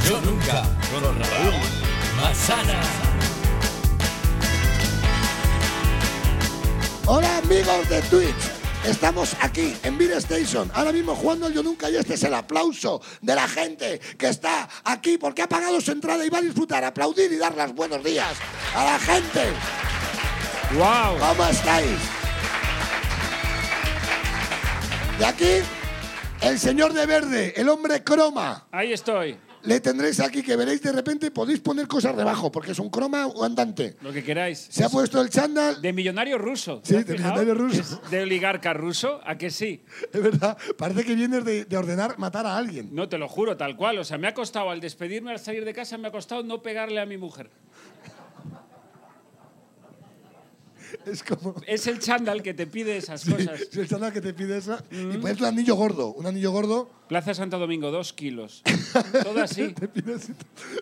Música con Raúl Mazana. Hola amigos de Twitch. Estamos aquí en Beer Station, ahora mismo jugando el Yo Nunca y este es el aplauso de la gente que está aquí porque ha pagado su entrada y va a disfrutar, aplaudir y dar los buenos días a la gente. ¡Wow! ¿Cómo estáis? Y aquí el señor de verde, el hombre croma. Ahí estoy. Le tendréis aquí que veréis de repente podéis poner cosas debajo porque es un croma andante. Lo que queráis. Se ha puesto el chándal De millonario ruso. ¿te Sí, has de fijado? millonario ruso. Es De oligarca ruso, ¿a que sí? Es verdad, parece que vienes de, de ordenar matar a alguien. No, te lo juro, tal cual. O sea, me ha costado, al despedirme, al salir de casa, me ha costado no pegarle a mi mujer. Es como. Es el chándal que te pide esas Sí, cosas. es el chándal que te pide esa. Mm. Y pones un anillo gordo. Un anillo gordo Plaza Santo Domingo, dos kilos. Todo así. te pides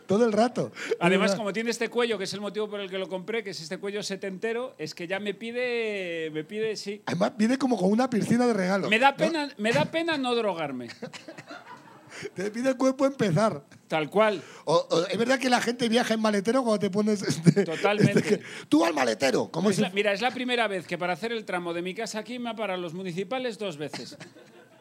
todo el rato. Además, Es como tiene este cuello, que es el motivo por el que lo compré, que es este cuello setentero, es que ya me pide, me pide, sí. Además, viene como con una piscina de regalo. Me da pena, me da pena no drogarme. Te pide el cuerpo empezar. Tal cual. O- o- es verdad que la gente viaja en maletero cuando te pones. este- Totalmente. este que- tú al maletero. Como Es si- la- mira, es la primera vez que para hacer el tramo de mi casa aquí me ha parado los municipales dos veces.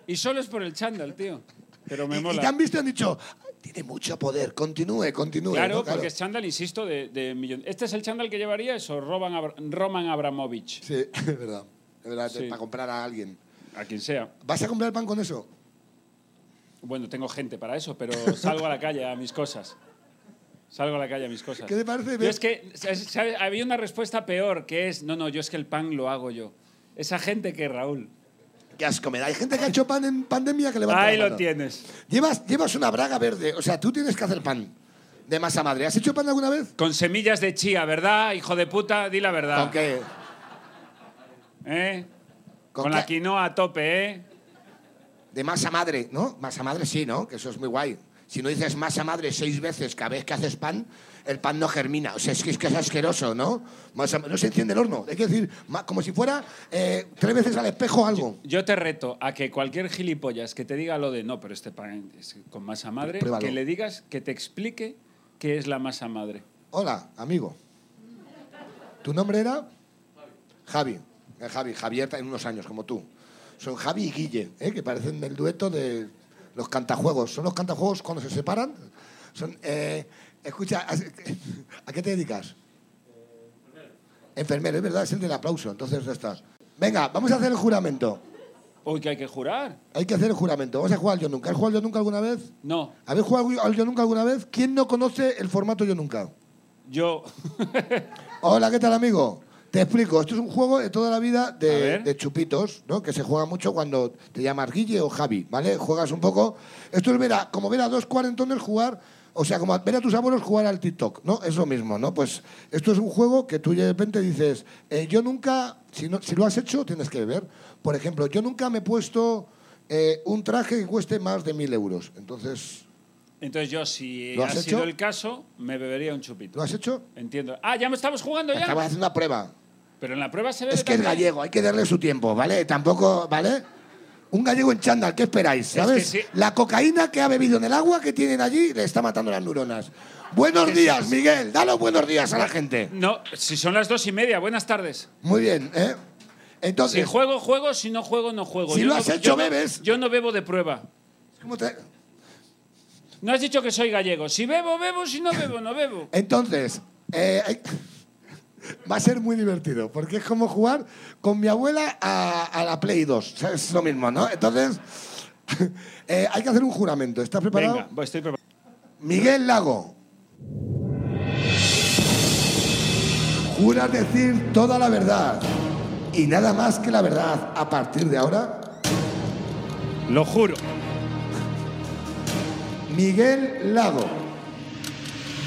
Y solo es por el chándal, tío. Pero y, me y mola. te han visto y han dicho: tiene mucho poder, continúe, continúe. Claro, ¿no? porque es chándal, insisto, de, de millon- Este es el chándal que llevaría eso, Roman, Abra- Roman Abramovich, Sí, es verdad. Es verdad, Sí. para comprar a alguien. a quien sea. ¿Vas a comprar pan con eso? Bueno, tengo gente para eso, pero salgo a la calle a mis cosas. Salgo a la calle a mis cosas. ¿Qué te parece? Yo es que ¿sabes? ¿sabes? había una respuesta peor, que es, no, no, yo es que el pan lo hago yo. Esa gente que Raúl. Qué asco me da. Hay gente que ha hecho pan en pandemia que levanta Ahí la lo mano. tienes. Llevas, llevas una braga verde. O sea, tú tienes que hacer pan de masa madre. ¿Has hecho pan alguna vez? Con semillas de chía, ¿verdad? Hijo de puta, di la verdad. ¿Con qué? ¿Eh? ¿Con Con, la qué? quinoa a tope, ¿eh? De masa madre, ¿no? Masa madre sí, ¿no? Que eso es muy guay. Si no dices masa madre seis veces cada vez que haces pan, el pan no germina. O sea, es que es, que es asqueroso, ¿no? Masa- no se enciende el horno. Hay que decir, ma- como si fuera eh, tres veces al espejo algo. Yo te reto a que cualquier gilipollas que te diga lo de no, pero este pan es con masa madre, Pruébalo. que le digas que te explique qué es la masa madre. Hola, amigo. ¿Tu nombre era? Javi. Eh, Javi, Javier en unos años, como tú. Son Javi y Guille, ¿eh? que parecen del dueto de los cantajuegos. Son los cantajuegos cuando se separan. Son, eh, escucha, ¿a a qué te dedicas? Enfermero, es verdad, es el del aplauso, entonces ya está. Venga, vamos a hacer el juramento. Uy, que hay que jurar. Hay que hacer el juramento. Vamos a jugar al Yo Nunca. ¿Has jugado al Yo Nunca alguna vez? No, ¿Habéis jugado al Yo Nunca alguna vez? ¿Quién no conoce el formato Yo Nunca? yo. Hola, ¿qué tal, amigo? Te explico, esto es un juego de toda la vida A de, ver. de chupitos, ¿no? Que se juega mucho cuando te llamas Guille o Javi, ¿vale? Juegas un poco. Esto es ver a, como ver a dos cuarentones jugar, o sea, como ver a tus abuelos jugar al TikTok, ¿no? Es lo mismo, ¿no? Pues esto es un juego que tú de repente dices, eh, yo nunca, si, no- si lo has hecho, tienes que beber. Por ejemplo, yo nunca me he puesto eh, un traje que cueste más de mil euros. Entonces, Entonces yo, si ¿Lo ha has sido hecho? el caso, me bebería un chupito. ¿lo has hecho? Entiendo. Ah, ya me estamos jugando ya. Estamos haciendo una prueba. Pero en la prueba se ve. Es que es gallego, hay que darle su tiempo, ¿vale? Tampoco, ¿vale? Un gallego en chándal, ¿qué esperáis? que ¿Sabes? sí. La cocaína que ha bebido en el agua que tienen allí le está matando las neuronas. Buenos días, Miguel. Dale buenos días a la gente. No, si son las dos y media, buenas tardes. Muy bien, ¿eh? Si Entonces, juego, juego, si no juego, no juego. Si lo no- has hecho, no- bebes. Yo no bebo de prueba. ¿cómo te- No has dicho que soy gallego. Si bebo, bebo, si no bebo, no bebo. entonces eh, hay- va a ser muy divertido, porque es como jugar con mi abuela a, a la Play 2. O sea, Es lo mismo, ¿no? Entonces, eh, hay que hacer un juramento. ¿Estás preparado? Venga, voy, estoy preparado. Miguel Lago. ¿Juras decir toda la verdad y nada más que la verdad a partir de ahora? Lo juro. Miguel Lago.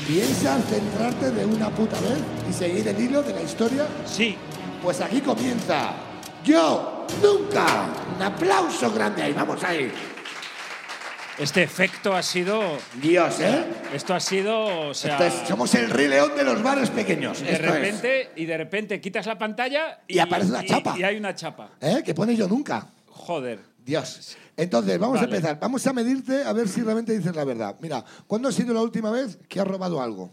¿Piensas centrarte de una puta vez y seguir el hilo de la historia? Sí, Pues aquí comienza. Yo nunca. Un aplauso grande ahí, vamos ahí. este efecto ha sido. Dios, ¿eh? Esto ha sido. O sea, Esto es- somos el rey león de los bares pequeños. de esto es. repente, y de repente quitas la pantalla Y aparece una chapa. Y, hay una chapa. ¿Eh? Que pone yo nunca. Joder. Dios. Entonces, vamos Vale. a empezar. Vamos a medirte a ver si realmente dices la verdad. Mira, ¿cuándo ha sido la última vez que has robado algo?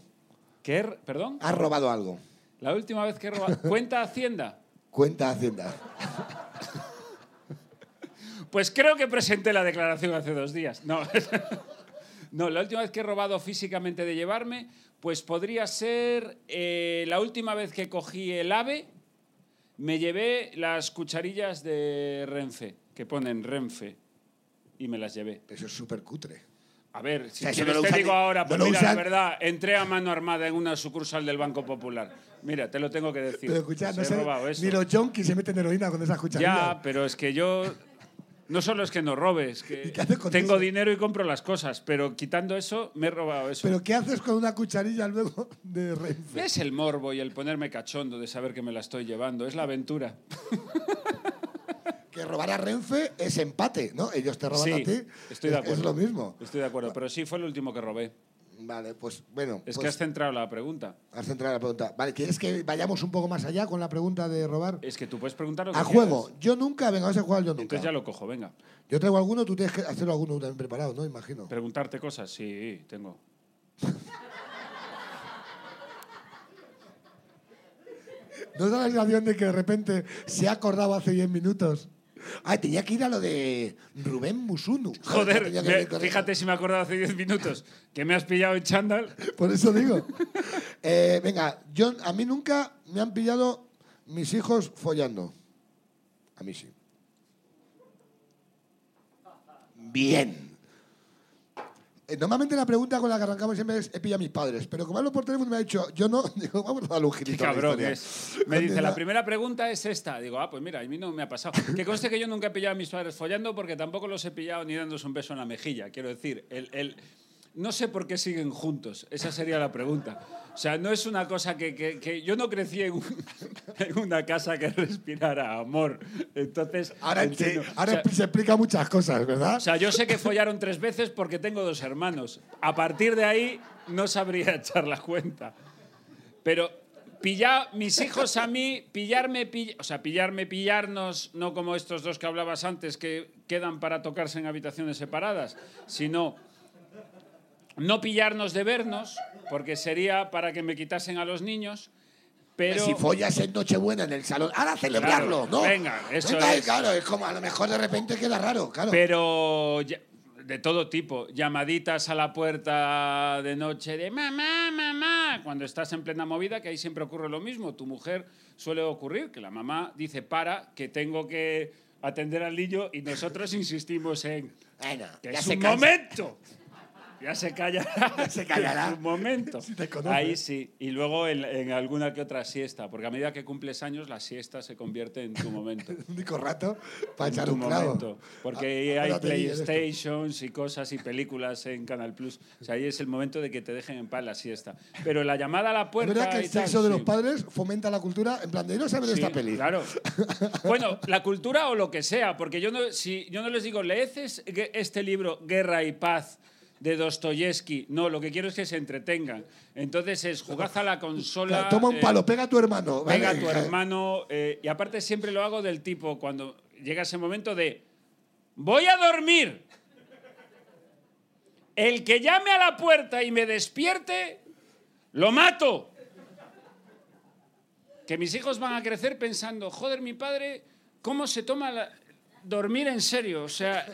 ¿Qué? r- ¿Perdón? Has robado algo. La última vez que he robado. ¿Cuenta Hacienda? Cuenta Hacienda. Pues creo que presenté la declaración hace dos días. No. No, la última vez que he robado físicamente de llevarme, pues podría ser eh, la última vez que cogí el ave, me llevé las cucharillas de Renfe, que ponen Renfe, y me las llevé. Eso es súper cutre. A ver, si sea, eso quieres no lo te usan- digo ahora, no pues lo mira, la usan- verdad, entré a mano armada en una sucursal del Banco Popular. Mira, te lo tengo que decir. Pero escucha, no Se pues he sé, robado eso. ni los junkies se meten heroína con esas cucharillas. Ya, pero es que yo. No solo es que no robes, que ¿Y qué haces con tengo eso? dinero y compro las cosas, pero quitando eso, me he robado eso. Pero ¿qué haces con una cucharilla luego de Renfe? Es el morbo y el ponerme cachondo de saber que me la estoy llevando, es la aventura. Que robar a Renfe es empate, ¿no? Ellos te roban Sí, a ti. estoy de Es- acuerdo. Es lo mismo. Estoy de acuerdo, pero sí fue el último que robé. Vale, pues bueno. Es que pues, has centrado la pregunta. has centrado la pregunta. Vale, ¿quieres que vayamos un poco más allá con la pregunta de robar? Es que tú puedes preguntar lo que A quieras. juego. Yo nunca, venga, vamos a jugar al yo nunca. Entonces ya lo cojo, venga. Yo traigo alguno, tú tienes que hacerlo alguno también preparado, ¿no? Imagino. Preguntarte cosas, sí, tengo. ¿No da la sensación de que de repente se ha acordado hace 10 minutos? Ay, tenía que ir a lo de Rubén Musunu. Joder, Tenía que me- ir corriendo. fíjate si me acordaba hace 10 minutos que me has pillado en chándal. Por eso digo. Eh, venga, yo, a mí nunca me han pillado mis hijos follando. A mí sí. Bien. Eh, Normalmente la pregunta con la que arrancamos siempre es, he pillado a mis padres, pero como hablo por teléfono me ha dicho, yo no, digo, vamos a darle un Qué girito. a la cabrón historia. es. Me dice, Continúa. la primera pregunta es esta. Digo, ah, pues mira, a mí no me ha pasado. Que conste que yo nunca he pillado a mis padres follando porque tampoco los he pillado ni dándose un beso en la mejilla. Quiero decir, el, el- no sé por qué siguen juntos. Esa sería la pregunta. O sea, no es una cosa que... que- que- yo no crecí en, un- en una casa que respirara amor. Entonces... Ahora, entiendo. se- O ahora sea, se explica muchas cosas, ¿verdad? o sea, yo sé que follaron tres veces porque tengo dos hermanos. A partir de ahí no sabría echar la cuenta. Pero pillar mis hijos a mí, pillarme, pill- o sea, pillarme, pillarnos, no como estos dos que hablabas antes que quedan para tocarse en habitaciones separadas, sino no pillarnos de vernos, porque sería para que me quitasen a los niños. Pero Si follas en Nochebuena en el salón, ahora celebrarlo, Claro, ¿no? venga, eso Venga, es. Claro, es como a lo mejor de repente queda raro, claro. Pero ya- de todo tipo, llamaditas a la puerta de noche de mamá, mamá, cuando estás en plena movida, que ahí siempre ocurre lo mismo. Tu mujer suele ocurrir que la mamá dice para, que tengo que atender al niño y nosotros insistimos en Bueno, que ya es se un cansa. momento. Ya se callará. se callará. Es un momento. Si te conoce. Ahí sí. Y luego en, en alguna que otra siesta, porque a medida que cumples años, la siesta se convierte en tu momento Un único rato para echar tu un clavo. momento, porque Ah, hay ahora te digo esto. PlayStations y cosas y películas en Canal Plus. O sea, ahí es el momento de que te dejen en paz la siesta. Pero la llamada a la Es puerta. verdad que y el tal, sexo de los sí. padres fomenta la cultura, en plan de no saber de Sí, esta peli. Claro. Bueno, la cultura o lo que sea, porque yo no, si yo no les digo, leed es- gue- este libro, Guerra y Paz, de Dostoyevsky. No, lo que quiero es que se entretengan. Entonces es jugad a la Claro, consola. Toma un eh, palo, pega a tu hermano. Venga, vale. tu hermano. eh, y aparte siempre lo hago del tipo cuando llega ese momento de voy a dormir. El que llame a la puerta y me despierte, lo mato. Que mis hijos van a crecer pensando, joder, mi padre, ¿cómo se toma la- dormir en serio? O sea...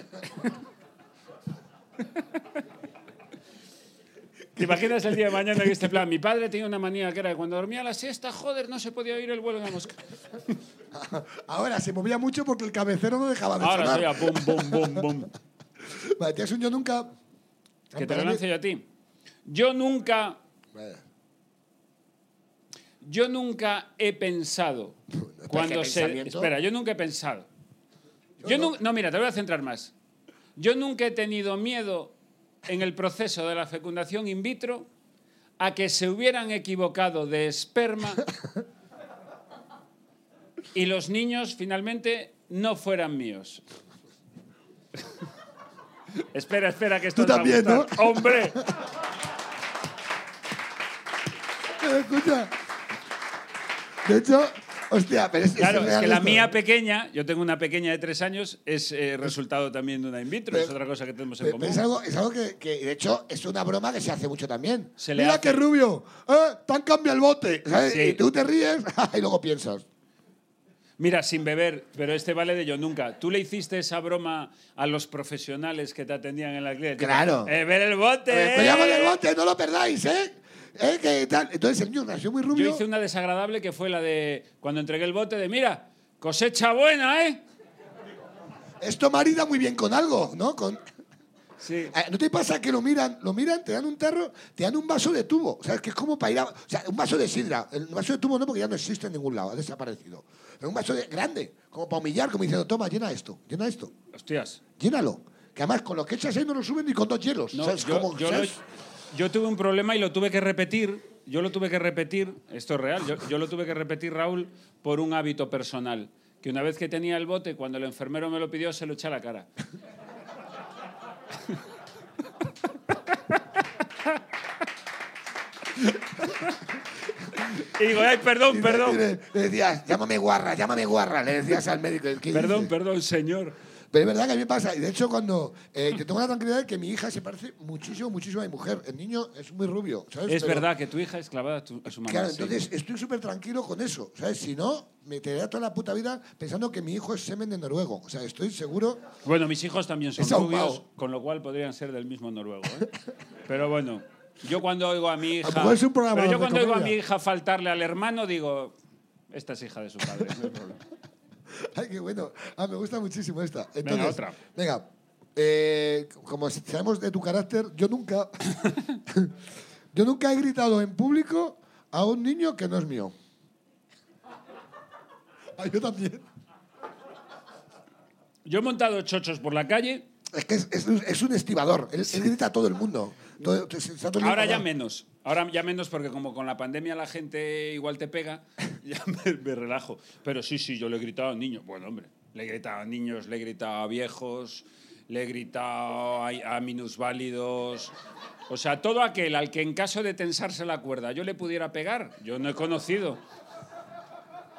¿Te imaginas el día de mañana que este plan? Mi padre tenía una manía que era que cuando dormía la siesta, joder, no se podía oír el vuelo de la mosca. Ahora se movía mucho porque el cabecero no dejaba de Ahora sonar. soy a bum, bum, bum, bum. Vale, tienes un yo nunca. Que te Para lo mí- lance yo a ti. Yo nunca, Vale. yo nunca he pensado ¿qué cuando se. pensamiento? Espera, yo nunca he pensado. Yo no. no, mira, te voy a centrar más. Yo nunca he tenido miedo en el proceso de la fecundación in vitro a que se hubieran equivocado de esperma y los niños finalmente no fueran míos. espera, espera, que esto Tú os va a también, ¿no? gustar. ¡Hombre! Pero escucha. De hecho, Hostia, pero es, es Claro, es real que la esto. mía pequeña, yo tengo una pequeña de tres años, es eh, resultado también de una in vitro, es Pero- otra cosa que tenemos en Pero común. Eh, es algo, es algo que, que, de hecho, es una broma que se hace mucho también. Se le Mira hace. qué rubio, ¿eh? tan cambia el bote. ¿sabes? Sí. Y tú te ríes y luego piensas. Mira, sin beber, pero este vale de yo nunca. ¿Tú le hiciste esa broma a los profesionales que te atendían en la clínica? Claro. Eh, ver el bote. eh, Me llamo el bote, no lo perdáis, ¿eh? ¿Eh? ¿Qué tal? Entonces el niño nació muy rubio. Yo hice una desagradable que fue la de cuando entregué el bote de, mira, cosecha buena, ¿eh? Esto marida muy bien con algo, ¿no? Con... Sí. Eh, ¿No te pasa que lo miran, lo miran, te dan un tarro, te dan un vaso de tubo? O sea, es que es como para ir a... O sea, un vaso de sidra. El vaso de tubo no, porque ya no existe en ningún lado, ha desaparecido. Pero un vaso de- grande, como para humillar, como diciendo, toma, llena esto, llena esto, Hostias. llénalo. Que además con lo que echas ahí no lo suben ni con dos hielos. No, ¿sabes? yo, Como, yo lo- ¿sabes? yo tuve un problema y lo tuve que repetir. Yo lo tuve que repetir, esto es real, yo, yo lo tuve que repetir, Raúl, por un hábito personal. Que una vez que tenía el bote, cuando el enfermero me lo pidió, se lo eché a la cara. y digo, ay, perdón, Y perdón. Le, le decías, llámame guarra, llámame guarra. Le decías al médico. ¿qué Perdón, dices? perdón, señor. Pero es verdad que a mí me pasa. Y de hecho, cuando. eh, yo tengo la tranquilidad de que mi hija se parece muchísimo, muchísimo a mi mujer. El niño es muy rubio, ¿sabes? Es Pero- verdad que tu hija es clavada a, tu- a su mamá. Claro, sí. entonces estoy súper tranquilo con eso, ¿sabes? Si no, me tendría toda la puta vida pensando que mi hijo es semen de noruego. O sea, estoy seguro. Bueno, mis hijos también son Es ahumado. rubios, con lo cual podrían ser del mismo noruego. ¿eh? Pero bueno, yo cuando oigo a mi lo hija. mejor Ah, pues es un programa pero de yo cuando oigo a mi comedia. hija faltarle al hermano, digo. Esta es hija de su padre. no hay problema. Ay, qué bueno. Ah, me gusta muchísimo esta. Entonces, otra. Venga. eh, como sabemos de tu carácter, yo nunca. yo nunca he gritado en público a un niño que no es mío. Ah, yo también. Yo he montado chochos por la calle, Es que es, es un- es un estibador. Él, él grita a todo el mundo. Todo- está todo el mundo ahora ya parado. menos. Ahora ya menos porque como con la pandemia la gente igual te pega, ya me, me relajo. Pero sí, sí, yo le he gritado a niños. Bueno, hombre, le he gritado a niños, le he gritado a viejos, le he gritado a, a minusválidos. O sea, todo aquel al que en caso de tensarse la cuerda yo le pudiera pegar, yo no he conocido.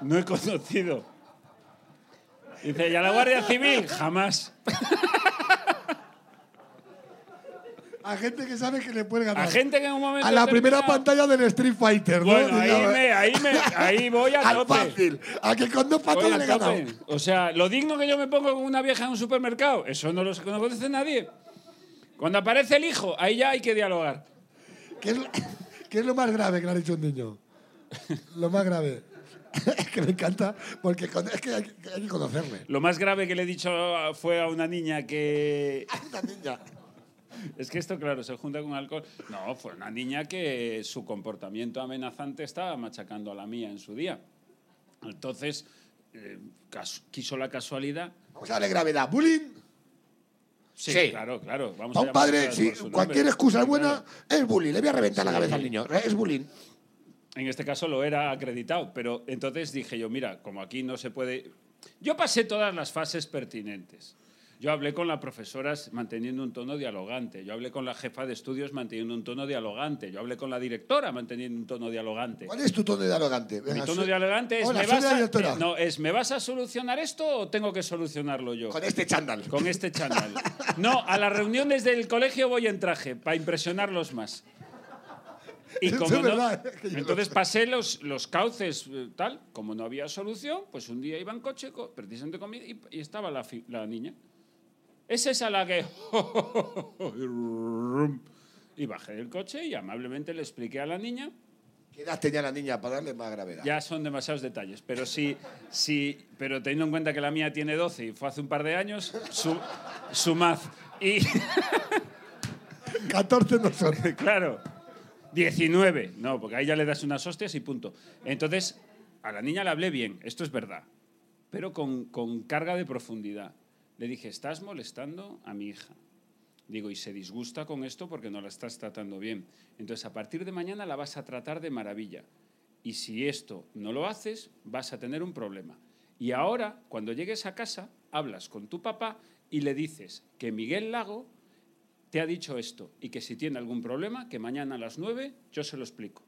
No he conocido. Dice, ¿y a la Guardia Civil? Jamás. A gente que sabe que le puede ganar. A gente que en un momento... A la primera determinado- pantalla del Street Fighter, ¿no? Bueno, ahí, Digamos, me, ahí, me, ahí voy a Al tope. fácil. A que con dos Voy patas a le he ganado. tope. O sea, lo digno que yo me pongo con una vieja en un supermercado, eso no lo no conoce nadie. Cuando aparece el hijo, ahí ya hay que dialogar. ¿Qué es, lo, qué es lo más grave que le ha dicho un niño? Lo más grave. es que me encanta, porque con- es que hay, que- hay que conocerle. Lo más grave que le he dicho fue a una niña que... Esta niña. Es que esto, claro, se junta con alcohol. No, fue una niña que su comportamiento amenazante estaba machacando a la mía en su día. Entonces, eh, cas- quiso la casualidad. Vamos a darle gravedad. Bullying. Sí, Sí. claro, claro. Vamos A un llamar padre, por si su nombre. cualquier excusa es Claro. buena, es bullying. Le voy a reventar la cabeza al niño. Es bullying. En este caso lo era acreditado, pero entonces dije yo, mira, como aquí no se puede... Yo pasé todas las fases pertinentes. Yo hablé con la profesora manteniendo un tono dialogante, yo hablé con la jefa de estudios manteniendo un tono dialogante, yo hablé con la directora manteniendo un tono dialogante. ¿Cuál es tu tono de dialogante? Mi Venga, tono soy- dialogante es, Hola, ¿me soy vas la a- directora. no, es ¿me vas a solucionar esto o tengo que solucionarlo yo? Con este chándal. Con este chándal. No, a las reuniones del colegio voy en traje, para impresionarlos más. Y Eso como es no- verdad, ¿eh? Que yo lo entonces sé. pasé los, los cauces, eh, tal, como no había solución, pues un día iba en coche, co- precisamente conmigo, y, y estaba la, fi- la niña. Es esa la que... Y bajé del coche y amablemente le expliqué a la niña ¿Qué edad tenía la niña para darle más gravedad? ya son demasiados detalles, pero sí, sí, pero teniendo en cuenta que la mía tiene 12 y fue hace un par de años, su, sumad. Y 14 no son. claro, 19, no, porque ahí ya le das unas hostias y punto. Entonces, a la niña le hablé bien, esto es verdad, pero con, con carga de profundidad. Le dije, estás molestando a mi hija. Digo, y se disgusta con esto porque no la estás tratando bien. Entonces, a partir de mañana la vas a tratar de maravilla. Y si esto no lo haces, vas a tener un problema. Y ahora, cuando llegues a casa, hablas con tu papá y le dices que Miguel Lago te ha dicho esto y que si tiene algún problema, que mañana a las 9 yo se lo explico.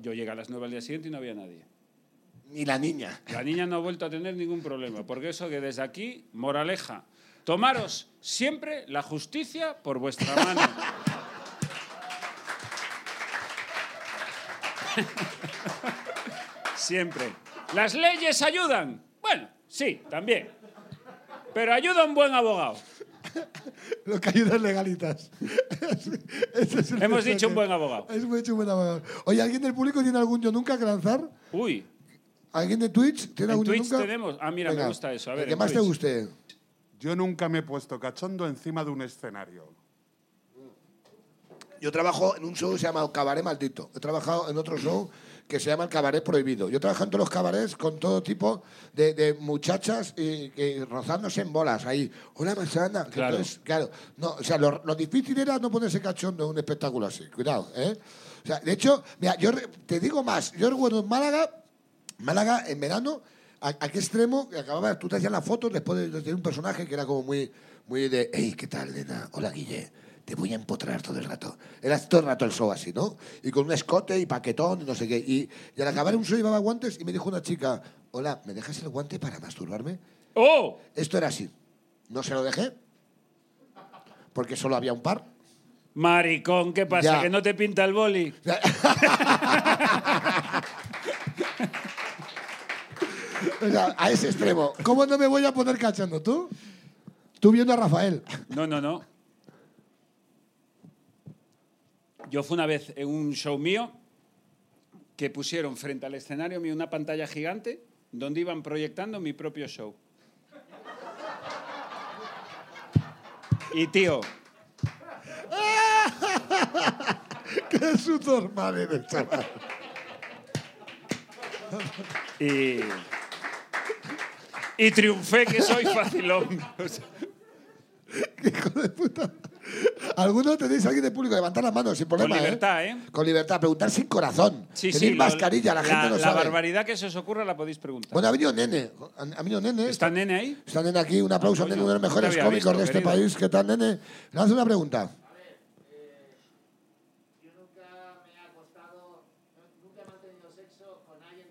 Yo llegué a las 9 al día siguiente y no había nadie. Ni la niña. La niña no ha vuelto a tener ningún problema, porque eso que desde aquí, moraleja, tomaros siempre la justicia por vuestra mano. siempre. ¿Las leyes ayudan? Bueno, sí, también. Pero ayuda un buen abogado. Lo que ayuda es legalitas. Ese es el Hemos mensaje. dicho un buen abogado. Hemos dicho un buen abogado. Oye, ¿alguien del público tiene algún yo nunca que lanzar? Uy, ¿Alguien de Twitch tiene en algún yo Twitch nunca? tenemos. Ah, mira, me Venga, gusta eso. A el ver, que en más te Twitch. guste. Yo nunca me he puesto cachondo encima de un escenario. Yo trabajo en un show que se llama Cabaret Maldito. He trabajado en otro show que se llama el Cabaret Prohibido. Yo trabajo en todos los cabarets con todo tipo de, de muchachas y, que rozándose en bolas ahí. Hola, manzana. Que Claro. entonces, claro. No, o sea, lo, lo difícil era no ponerse cachondo en un espectáculo así. Cuidado, ¿eh? O sea, de hecho, mira, yo re- te digo más. Yo recuerdo en Málaga Málaga en verano, ¿a, a qué extremo? Que Acababa, tú te hacías las fotos después de, de tener un personaje que era como muy, muy de, hey, ¿qué tal, nena? Hola, Guille. Te voy a empotrar todo el rato. Era todo el rato el show así, ¿no? Y con un escote y paquetón y no sé qué. Y, y al acabar un show llevaba guantes y me dijo una chica, hola, ¿me dejas el guante para masturbarme? ¡Oh! Esto era así. No se lo dejé, porque solo había un par. Maricón, ¿qué pasa? Ya. ¿Que no te pinta el boli? O sea, a ese extremo. ¿Cómo no me voy a poner cachando tú? Tú viendo a Rafael. No, no, no. Yo fui una vez en un show mío que pusieron frente al escenario mío una pantalla gigante donde iban proyectando mi propio show. Y tío, ¡Qué sudor, madre del chaval! y, y triunfé que soy facilón. O sea, ¡Qué hijo de puta! ¿Alguno tenéis alguien de público? Levantar las manos sin problema. libertad, ¿eh? Con libertad. Preguntar sin corazón. sí, Tenéis sí, lo- mascarilla, la, gente no la sabe. barbaridad que se os ocurra la podéis preguntar. Bueno, ha venido Nene. Ha ha venido Nene. ¿Está Nene ahí? Está Nene aquí. Un aplauso a coño, Nene, uno de los no te mejores había cómicos visto, de este querido. país. ¿Qué tal, Nene? Lanza una pregunta. Yo nunca me he acostado, no- nunca he mantenido sexo con alguien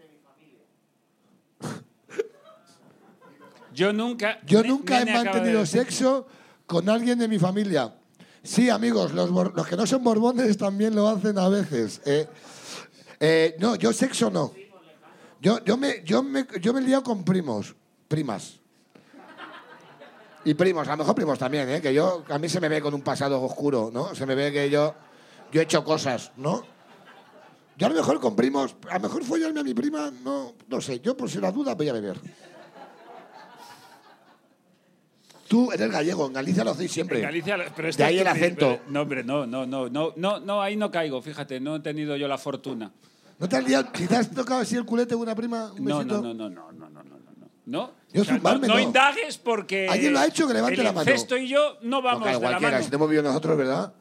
de mi familia. Yo nunca. Yo Ne- nunca he Nene acaba de mantenido decir- sexo con alguien de mi familia. Sí, amigos, los, bor- los que no son borbones también lo hacen a veces. Eh, eh, no, yo sexo no. Yo, yo, me, yo, me, yo me he liado con primos, primas. Y primos, a lo mejor primos también, ¿eh? que yo, a mí se me ve con un pasado oscuro, ¿no? Se me ve que yo, yo he hecho cosas, ¿no? Yo a lo mejor con primos, a lo mejor follarme a mi prima, no, no sé, yo por si la duda voy a beber. Tú eres gallego, en Galicia lo hacéis siempre. En Galicia, pero esto De ahí es el estúpido, acento. pero- no, hombre, no, no, no, no, no, no, ahí no caigo, fíjate, no he tenido yo la fortuna. ¿No te has liado? Quizás tocado así el culete de una prima, un No, besito. no, no, no, no, no, no, no, no. ¿No? Yo no, zumbarme no no. indagues porque. ¿Alguien lo ha hecho? Que levante el la mano. incesto y yo no No, vamos claro, de la cualquiera, mano. si no hemos vivido nosotros, ¿verdad?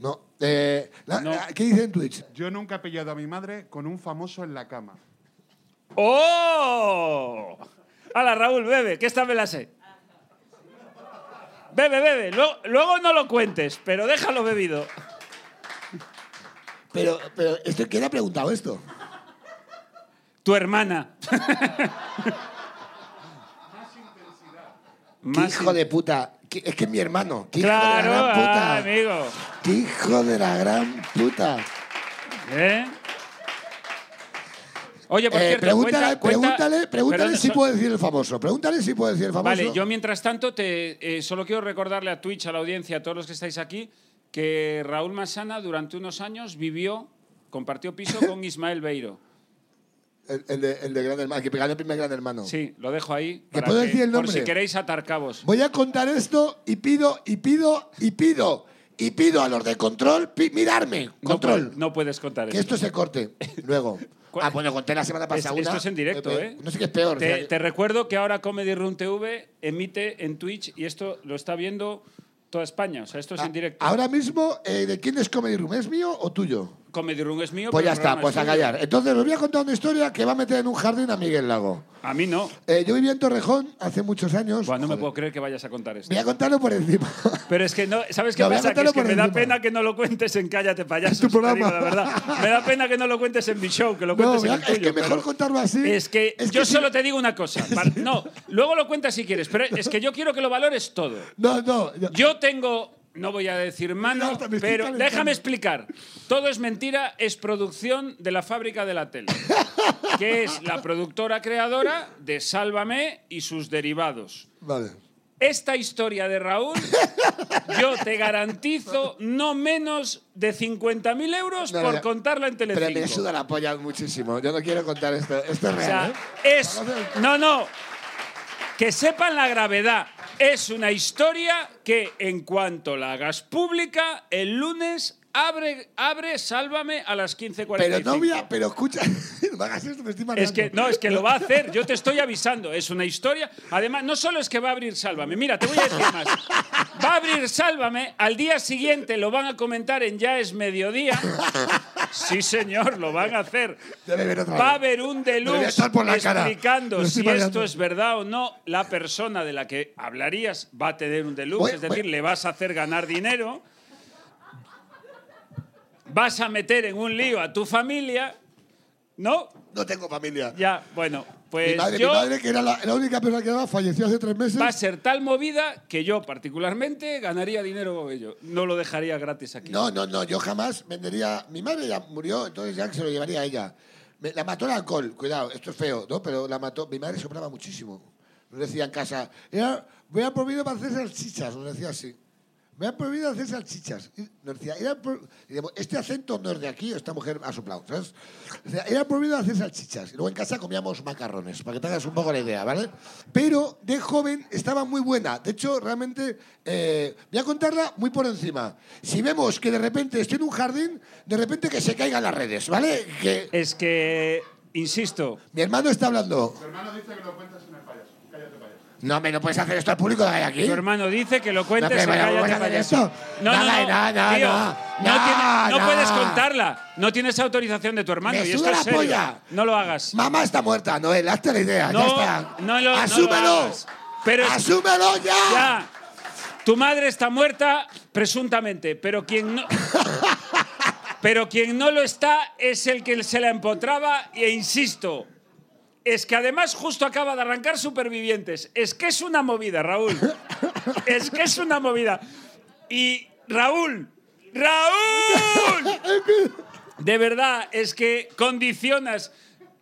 No. Eh, la- No. la- ¿Qué dice en Twitch? Yo nunca he pillado a mi madre con un famoso en la cama. ¡Oh! Hala, Raúl, bebe, que esta me la sé. Bebe, bebe. Luego, luego no lo cuentes, pero déjalo bebido. Pero, pero esto, ¿quién ha preguntado esto? Tu hermana. ¿Qué Más hijo de puta. ¿Qué- es que es mi hermano. ¿Qué hijo Claro, de la gran puta. ah, amigo. ¡Qué hijo de la gran puta! ¿Eh? Oye, por Eh, cierto, pregúntale, cuenta- cuenta- pregúntale, pregúntale Perdón, si so- puede decir el famoso. Pregúntale si puede decir el famoso. Vale, yo mientras tanto te, eh, solo quiero recordarle a Twitch, a la audiencia, a todos los que estáis aquí, que Raúl Masana durante unos años vivió, compartió piso con Ismael Beiro. El, el de, el de Gran Hermano, que ganó el primer Gran Hermano. Sí, lo dejo ahí. ¿Que puedo decir el Por nombre? si queréis atar cabos. Voy a contar esto y pido, y pido, y pido, y pido a los de control, pi- mirarme, No control, pu- No, puedes contar que esto. esto se corte luego. ¿Cuál? ah, bueno, conté la semana pasada Es- esto una. es en directo, ¿eh? No sé qué es peor. o Te, sea, te recuerdo que ahora Comedy Room TV emite en Twitch y esto lo está viendo toda España. O sea, esto es ah, en directo. Ahora mismo, eh, ¿de quién es Comedy Room? ¿Es mío o tuyo? Comedy Room es mío. Pues pero ya el está, programa pues es a tuyo. callar. Entonces os voy a contar una historia que va a meter en un jardín a Miguel Lago. A mí no. Eh, yo vivía en Torrejón hace muchos años. Buah, no me Joder, puedo creer que vayas a contar esto. Voy a contarlo por encima. Pero es que no, ¿sabes qué No, voy a pasa? Que contarlo es que por me da encima. pena que no lo cuentes en Cállate Payaso. Es tu si te digo programa. la verdad. Me da pena que no lo cuentes en mi show, que lo No, cuentes voy a- en el es tuyo, que mejor pero- contarlo así. Es que Es yo que si- solo te digo una cosa. vale, No, luego lo cuentas si quieres, pero es que yo quiero que lo valores todo. No, no. no. Yo tengo, no voy a decir mano, Mira, me estoy pero calentando. déjame explicar. Todo es mentira, es producción de la fábrica de la tele, que es la productora creadora de Sálvame y sus derivados. Vale. Esta historia de Raúl, yo te garantizo no menos de 50.000 euros No, no, por no. contarla en Pero Telecinco. me suda la polla muchísimo. Yo no quiero contar esto. Esto es O real, sea, ¿eh? es. No, no. Que sepan la gravedad. Es una historia que, en cuanto la hagas pública, el lunes abre, abre Sálvame a las 15.45. Pero no voy a... Pero escucha... no hagas esto, me estoy mareando. Es que no, es que lo va a hacer. Yo te estoy avisando. Es una historia. Además, no solo es que va a abrir Sálvame. Mira, te voy a decir más. Va a abrir Sálvame. Al día siguiente lo van a comentar en Ya es mediodía. Sí, señor, lo van a hacer. Ya me veré otra Va a vez. haber un deluxe Me voy a estar por la cara. explicando Me estoy si mareando. esto es verdad o no. La persona de la que hablarías va a tener un deluxe, Voy- es decir, voy- le vas a hacer ganar dinero. Vas a meter en un lío a tu familia, ¿no? No tengo familia. Ya, bueno, pues mi, madre, mi yo madre, que era la, la única persona que daba, falleció hace tres meses. va a ser tal movida que yo particularmente ganaría dinero con ello. No lo dejaría gratis aquí. No, no, no, yo jamás vendería. Mi madre ya murió, entonces ya se lo llevaría a ella. Me- la mató el alcohol, cuidado, esto es feo, ¿no? Pero la mató. Mi madre sobraba muchísimo. Nos decía en casa, era, era prohibido para hacer salchichas, nos decía así. Me han prohibido hacer salchichas. Y Nos decía, era pro- y decíamos, este acento no es de aquí, esta mujer ha soplado, ¿sabes? Decía, era prohibido hacer salchichas. Y luego en casa comíamos macarrones, para que te hagas un poco la idea, ¿vale? Pero de joven estaba muy buena. De hecho, realmente, eh, voy a contarla muy por encima. Si vemos que de repente estoy en un jardín, de repente que se caigan las redes, ¿vale? Que Es que, insisto, mi hermano está hablando. Tu hermano dice que lo cuentas en el payaso. Cállate, payaso. No, me no puedes hacer esto al público de aquí. Tu hermano dice que lo cuentes No, en pero bueno, Cállate bueno, Payaso. esto. No, no, Nada, no, nada, tío, nada, no, nada, tiene- no nada. puedes contarla. No tienes autorización de tu hermano. Me y esto suda es la serio. polla. No lo hagas. Mamá está muerta, Noel, hazte la idea, No, ya está. no lo- no lo ¡Asúmelo! hagas. Pero es- ¡Asúmelo ya! Ya. Tu madre está muerta, presuntamente, pero quien no. Pero quien no lo está es el que se la empotraba, e insisto. Es que además justo acaba de arrancar Supervivientes. Es que es una movida, Raúl. Es que es una movida. Y Raúl, Raúl, de verdad, es que condicionas.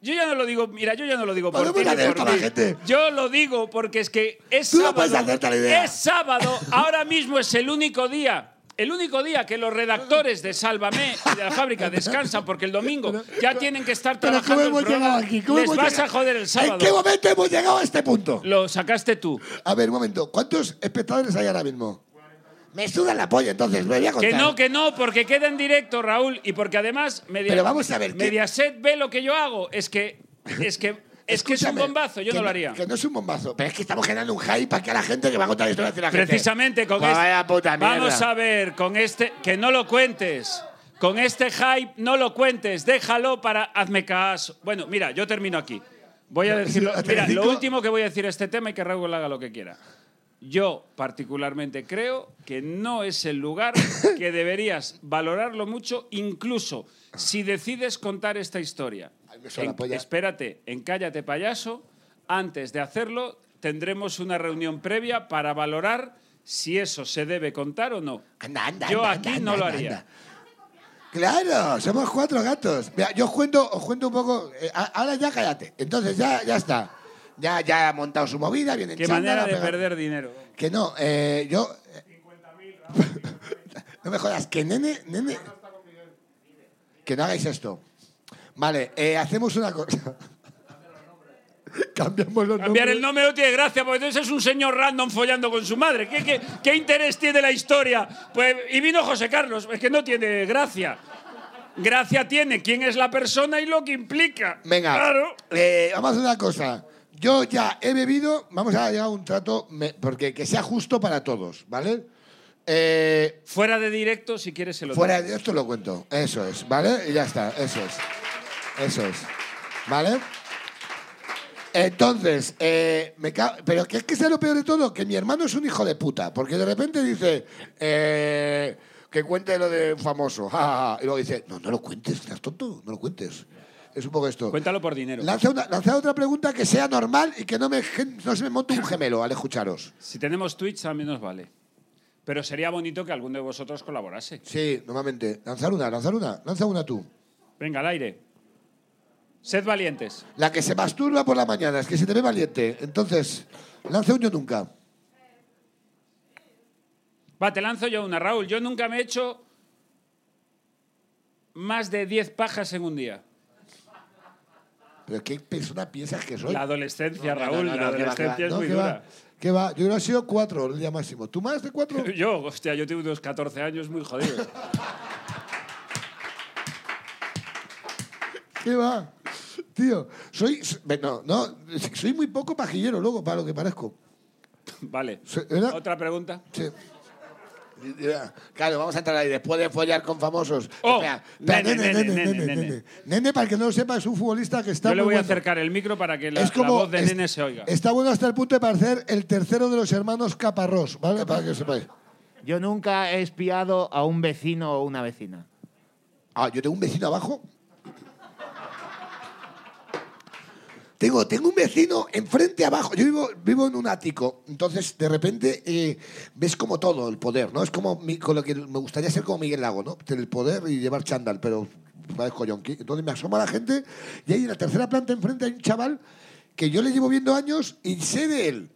Yo ya no lo digo, mira, yo ya no lo digo por Podemos ti ni hacer por esto a la mí. gente. Yo lo digo porque es que es Tú no sábado. puedes hacerte la idea. Es sábado, ahora mismo es el único día. El único día que los redactores de Sálvame y de la fábrica descansan porque el domingo ya tienen que estar Pero ¿cómo trabajando el hemos llegado programa. aquí? ¿Cómo Les hemos vas llegado? a joder el ¿En qué sábado. momento hemos llegado a este punto? Lo sacaste tú. A ver, un momento. ¿Cuántos espectadores hay ahora mismo? Me sudan la polla, entonces, me voy a contar. Que no, que no, porque queda en directo, Raúl, y porque además media, Pero vamos a ver, ¿qué- Mediaset ve lo que yo hago. Es que es que es que es un Escúchame, bombazo, yo que no lo haría. Que no es un bombazo, pero es que estamos generando un hype aquí a la gente que va a contar historias de la gente. Precisamente con Pues este- vaya puta mierda. Vamos a ver, con este. Que no lo cuentes. Con este hype, no lo cuentes. Déjalo para. Hazme caso. Bueno, mira, yo termino aquí. Voy a decirlo. Mira, lo Telecinco- último que voy a decir a este tema y que Raúl haga lo que quiera. Yo particularmente creo que no es el lugar que deberías valorarlo mucho, incluso si decides contar esta historia. Ay, me suena En- la polla. espérate, en Cállate Payaso, antes de hacerlo, tendremos una reunión previa para valorar si eso se debe contar o no. Anda, anda, Yo anda, aquí anda, no lo anda, haría. anda. Claro, somos cuatro gatos. Mira, yo os cuento, os cuento un poco. eh, a- ahora ya cállate. Entonces ya, ya está. Ya, ya ha montado su movida, viene en Qué chándal, manera ha de pegado- perder dinero. Que no, eh, yo. eh, no me jodas, que nene, nene. Que no hagáis esto. Vale, eh, hacemos una cosa. Cambiamos los Cambiar nombres. el nombre no tiene gracia, porque entonces es un señor random follando con su madre. ¿Qué, qué- qué interés tiene la historia? Pues, y vino José Carlos, es que no tiene gracia. Gracia tiene quién es la persona y lo que implica. Venga, Claro. eh, vamos a hacer una cosa. Yo ya he bebido, vamos a llegar a un trato, me- porque que sea justo para todos, ¿vale? Eh, Fuera de directo, si quieres, se lo fuera digo. de esto lo cuento. Eso es, ¿vale? Y ya está, eso es. Eso es. ¿Vale? Entonces, eh, me ca- pero que es que sea lo peor de todo, que mi hermano es un hijo de puta, porque de repente dice eh, que cuente lo de un famoso, ja, ja, ja. y luego dice, no, no lo cuentes, estás tonto, no lo cuentes. Es un poco esto. Cuéntalo por dinero. Lanza, una- lanza otra pregunta que sea normal y que no, me, gen- no se me monte un gemelo al escucharos. Si tenemos Twitch, también nos vale. Pero sería bonito que alguno de vosotros colaborase. Sí, normalmente. Lanzar una, lanzar una, lanza una tú. Venga, al aire. Sed valientes. La que se masturba por la mañana, es que se te ve valiente. Entonces, lanza un yo nunca. Va, te lanzo yo una, Raúl. Yo nunca me he hecho más de 10 pajas en un día. Pero ¿qué persona piensas que soy? La adolescencia, No, no, Raúl, no, no, la que va, que va. adolescencia es No, muy que va, dura. que va. Yo he sido cuatro el día máximo. ¿Tú más de cuatro? Yo, hostia, yo tengo unos 14 años muy jodido. ¿Qué va? Tío, soy... s- ve, No, no, soy muy poco pajillero luego, para lo que parezco. Vale. Sí, ¿verdad? ¿Otra pregunta? Sí. Claro, vamos a entrar ahí. Después de follar con famosos. Oh, Espera, espera, nene, nene, nene, nene, nene, nene. nene. Nene, para el que no lo sepa, es un futbolista que está Yo le muy voy a bueno. acercar el micro para que la, es como, la voz de es- nene se oiga. Está bueno hasta el punto de parecer el tercero de los hermanos Caparrós, ¿vale? Para que sepáis. Yo nunca he espiado a un vecino o una vecina. Ah, yo tengo un vecino abajo. Tengo, tengo un vecino enfrente abajo. Yo vivo, vivo en un ático. Entonces, de repente, eh, ves como todo el poder, ¿no? Es como mi- con lo que me gustaría ser como Miguel Lago, ¿no? Tener el poder y llevar chándal, pero parezco yonki. Entonces me asoma la gente y ahí en la tercera planta enfrente hay un chaval que yo le llevo viendo años y sé de él.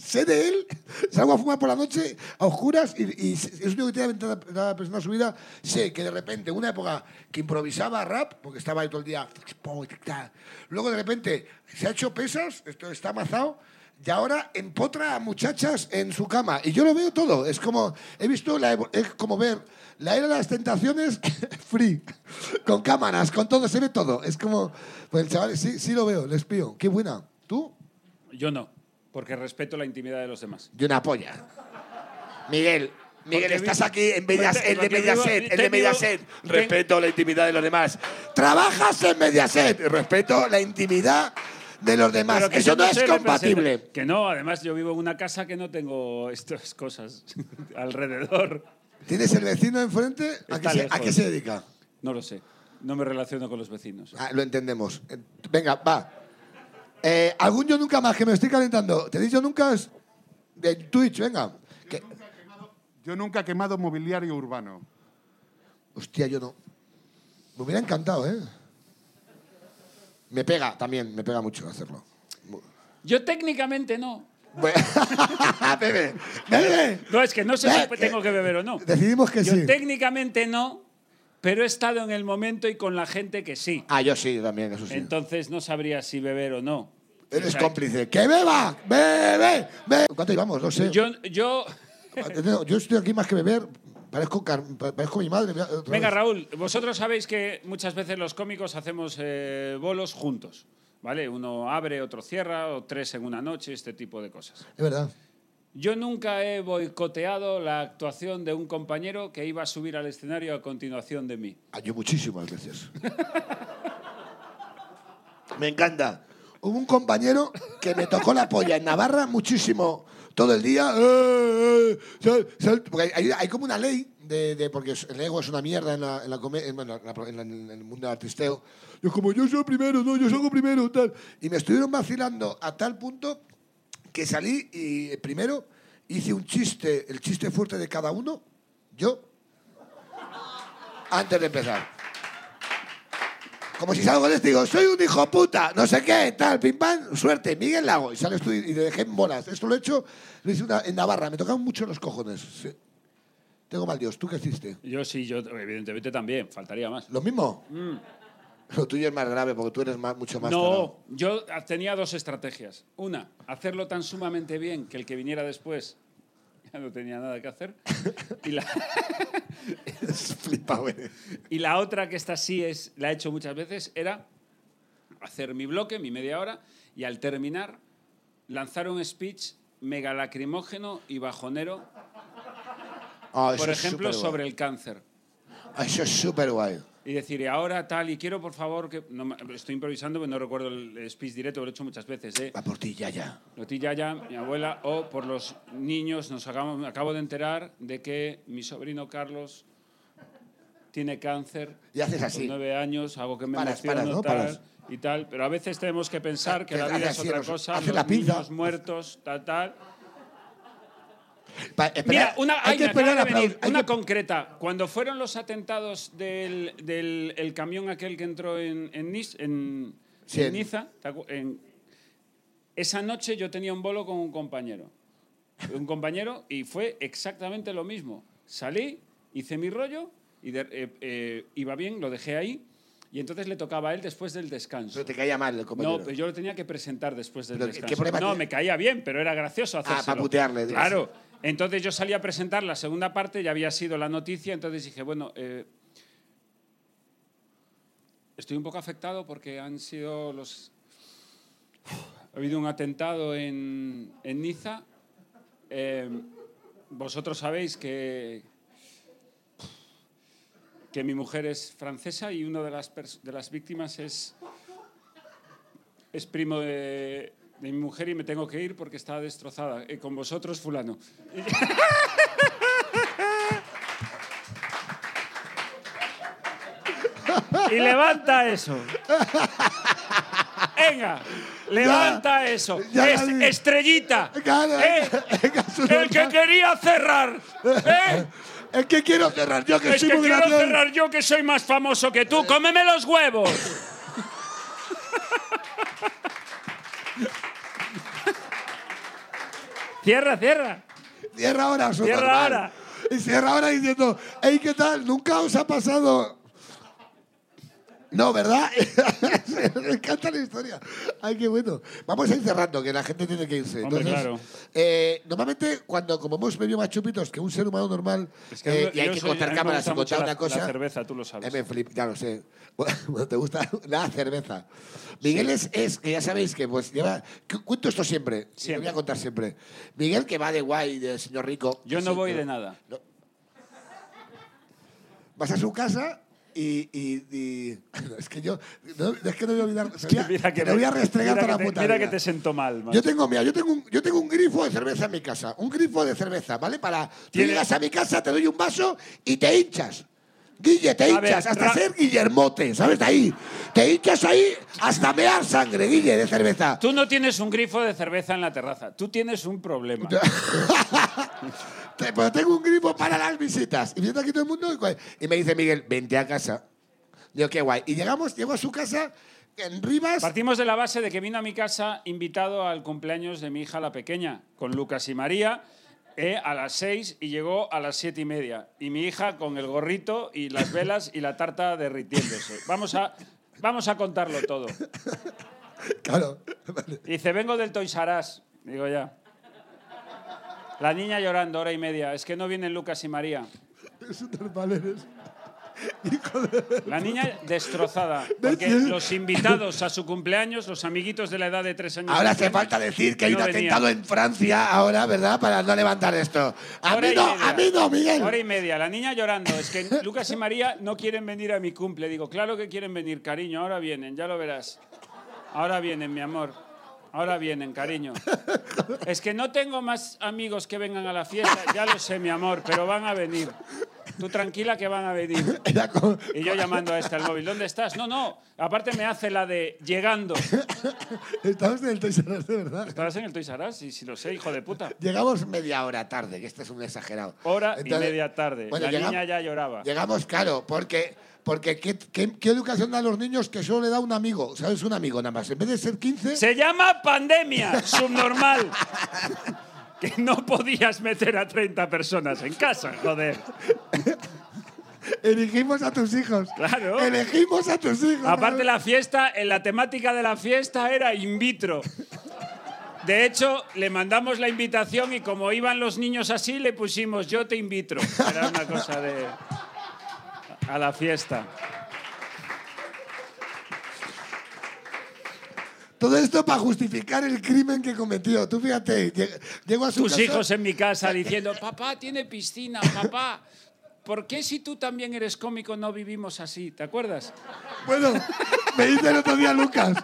sé de él, salgo a fumar por la noche a oscuras y, y es lo único que tiene la, ventana- la persona subida. Sé que de repente, una época que improvisaba rap, porque estaba ahí todo el día, luego de repente se ha hecho pesas, esto está amazado. Y ahora empotra a muchachas en su cama. Y yo lo veo todo. Es como, he visto, la, evo- es como ver la era de las tentaciones free. Con cámaras, con todo, se ve todo. Es como, pues chavales, sí, sí lo veo, les pido. Qué buena. ¿Tú? Yo no, porque respeto la intimidad de los demás. de una polla. Miguel, Miguel, Porque estás vi- aquí en Medias- porque- el de porque vivo- Mediaset, el te de digo- Mediaset. te- Respeto la intimidad de los demás. Trabajas en Mediaset, respeto la intimidad de los demás. Pero que Eso yo no es soy compatible. representante- Que no, además yo vivo en una casa que no tengo estas cosas alrededor. ¿Tienes el vecino enfrente? ¿A qué, Está se, a qué lejos. se dedica? No lo sé. No me relaciono con los vecinos. Ah, lo entendemos. Eh, Venga, va. Eh, ¿Algún yo nunca más que me estoy calentando? ¿Tenéis yo nunca? De Twitch, venga. Que- Yo nunca he quemado mobiliario urbano. Hostia, yo no. Me hubiera encantado, ¿eh? Me pega también, me pega mucho hacerlo. Yo técnicamente no. Bueno, Bebe, bebe. No, es que no sé Ve, si tengo que beber o no. Decidimos que Yo sí. técnicamente no, pero he estado en el momento y con la gente que sí. Ah, yo sí, también, eso sí. Entonces no sabría si beber o no. Eres O sea, cómplice. ¡Que beba! ¡Bebe! ¡Bebe! ¿Cuánto llevamos? No sé. Yo, yo... No, Yo estoy aquí más que beber. Parezco, car- parezco mi madre. Mira, otra Venga, vez. Raúl, vosotros sabéis que muchas veces los cómicos hacemos eh, bolos juntos, ¿vale? Uno abre, otro cierra, o tres en una noche, este tipo de cosas. Es verdad. Yo nunca he boicoteado la actuación de un compañero que iba a subir al escenario a continuación de mí. Ah, Yo muchísimas veces. me encanta. Hubo un compañero que me tocó la polla en Navarra muchísimo. Todo el día. eh, eh, sal- sal- porque hay, hay como una ley, de, de- porque es- el ego es una mierda en, la- en la come- en- bueno, en la pro- en la- en el mundo del artisteo. Yo, como yo soy primero, no, yo salgo primero, tal. Y me estuvieron vacilando a tal punto que salí y eh, primero hice un chiste, el chiste fuerte de cada uno, yo, antes de empezar. Como si salgo de este y digo, soy un hijo puta, no sé qué, tal, pim pam, suerte, Miguel Lago. Y sales tú y y le dejé en bolas. Esto lo he hecho, lo hice una- en Navarra, me tocaban mucho los cojones. sí. Tengo mal Dios, ¿tú qué hiciste? Yo sí, yo evidentemente también, faltaría más. ¿Lo mismo? Lo tuyo es más grave porque tú eres más- mucho más. tarado. Mm. No, yo tenía dos estrategias. Una, hacerlo tan sumamente bien que el que viniera después ya no tenía nada que hacer. Y la, Es flipado, eh. y la otra, que esta sí es, la he hecho muchas veces, era hacer mi bloque, mi media hora, y al terminar lanzar un speech mega lacrimógeno y bajonero Ah, eso por es ejemplo, superguay. Ah, sobre el cáncer. Eso es súper guay. Y decir, y ahora tal, y quiero por favor que. no me- estoy improvisando, pero no recuerdo el speech directo, lo he hecho muchas veces, ¿eh? Va por ti, ya, ya. Lo ti Yaya, mi abuela, o por los niños, nos acabamos, me acabo de enterar de que mi sobrino Carlos tiene cáncer. Y haces Con así. nueve años, hago que me Paras, emociono, paras, ¿no? tal, Paras. Ah, y tal. Pero a veces tenemos que pensar que Que la haces vida es así, otra los- cosa, haces los la pinza. niños muertos, tal, tal. Pa- Mira, espera, una, hay ay, que me acaba esperar de aplaus- venir, hay una que- concreta. Cuando fueron los atentados del, del- el camión aquel que entró en, en, Nis- en- Sí, en en- Niza, ¿te acu- en- esa noche yo tenía un bolo con un compañero. Un compañero y fue exactamente lo mismo. Salí, hice mi rollo y de- eh, eh, iba bien, lo dejé ahí y entonces le tocaba a él después del descanso. Pero te caía mal el compañero. No, pero yo lo tenía que presentar después del Pero, ¿qué descanso. problema no, tiene? me caía bien, pero era gracioso hacerlo. para putearle, digas. Claro. Entonces yo salí a presentar la segunda parte, ya había sido la noticia, entonces dije, bueno, eh, estoy un poco afectado porque han sido los... Ha habido un atentado en, en Niza. Eh, vosotros sabéis que, que mi mujer es francesa y una de las, pers- de las víctimas es, es primo de, de mi mujer y me tengo que ir porque está destrozada. Eh, con vosotros, fulano. Y levanta eso. Venga, levanta eso. ya Es- la vi. estrellita. Claro. ¿eh? Jesús, El que quería cerrar. ¿eh? Es que quiero cerrar yo, que Es soy que muy quiero grande. cerrar yo que soy más famoso que tú. ¡Cómeme los huevos! cierra, cierra. Cierra ahora, Cierra Superman. ahora. Y cierra ahora diciendo, hey, ¿qué tal? Nunca os ha pasado... No, ¿verdad? Me encanta la historia. Ay, qué bueno. Vamos a ir cerrando, que la gente tiene que irse. Hombre, Entonces, claro. eh, normalmente, cuando como hemos bebido más chupitos que un ser humano normal, eh, y hay que cortar cámaras y contar una cosa... Eh, La cerveza, tú lo sabes. M. Flip, ya lo sé. Bueno, ¿Te gusta la cerveza? Miguel es, es, que ya sabéis que pues lleva... cu- Cuento esto siempre, y lo voy Siempre. a contar siempre. Miguel que va de guay, de señor rico. Yo Sí, no voy pero de nada. Vas a su casa y... y- y- es que yo... no, es que no voy a olvidar... me voy a- me me- voy a restregar mira toda que la te- puta Mira vida. que te sento mal, macho. Yo tengo, mira, yo tengo, un, yo tengo un grifo de cerveza en mi casa. Un grifo de cerveza, ¿vale? Para. Tú Tiene- llegas a mi casa, te doy un vaso y te hinchas. Guille, te A hinchas ver, hasta ra- ser Guillermote, ¿sabes? Ahí. Te hinchas ahí hasta mear sangre, Guille, de cerveza. Tú no tienes un grifo de cerveza en la terraza. Tú tienes un problema. Te- pero tengo un grifo para las visitas. Y viene aquí todo el mundo y, guay. Y me dice Miguel, vente a casa. Digo, qué guay. Y llegamos, llego a su casa en Rivas. Partimos de la base de que vino a mi casa invitado al cumpleaños de mi hija la pequeña, con Lucas y María, eh, a las seis y llegó a las siete y media. Y mi hija con el gorrito y las velas y la tarta derritiéndose. Vamos a, vamos a contarlo todo. Claro. Dice, vengo del Toys R Us". Digo ya. La niña llorando, hora y media. Es que no vienen Lucas y María. La niña destrozada. Porque los invitados a su cumpleaños, los amiguitos de la edad de tres años. Ahora más hace grandes, falta decir que hay no un venían. atentado en Francia ahora, ¿verdad? Para no levantar esto. A Hora mí y no, media. a mí no, Hora Miguel. y media, la niña llorando. Es que Lucas y María no quieren venir a mi cumple. Digo, claro que quieren venir, cariño. Ahora vienen, ya lo verás. Ahora vienen, mi amor. Ahora vienen, cariño. Es que no tengo más amigos que vengan a la fiesta. Ya lo sé, mi amor, pero van a venir. Tú tranquila que van a venir. Era como- Y yo llamando a esta al móvil. ¿Dónde estás? No, no. Aparte me hace la de llegando. Estamos en el Toys R Us, de verdad. ¿Estabas en el Toys R Us? Y si lo sé, hijo de puta. Llegamos media hora tarde, que este es un exagerado. Hora Entonces- y media tarde. Bueno, la llegamos- niña ya lloraba. Llegamos, claro, porque, porque ¿qué, qué, qué educación da a los niños que solo le da un amigo? ¿Sabes? Un amigo nada más. En vez de ser 15, Se llama pandemia subnormal. que no podías meter a 30 personas en casa, joder. elegimos a tus hijos. Claro. Elegimos a tus hijos. Aparte la fiesta, en la temática de la fiesta era in vitro. De hecho, le mandamos la invitación y como iban los niños así, le pusimos yo te invito. Era una cosa de... A la fiesta. Todo esto para justificar el crimen que cometió. Tú fíjate, lle- llego a su Tus casa- hijos en mi casa diciendo, papá, tiene piscina, papá. ¿Por qué si tú también eres cómico no vivimos así? ¿Te acuerdas? Bueno, me dice el otro día Lucas.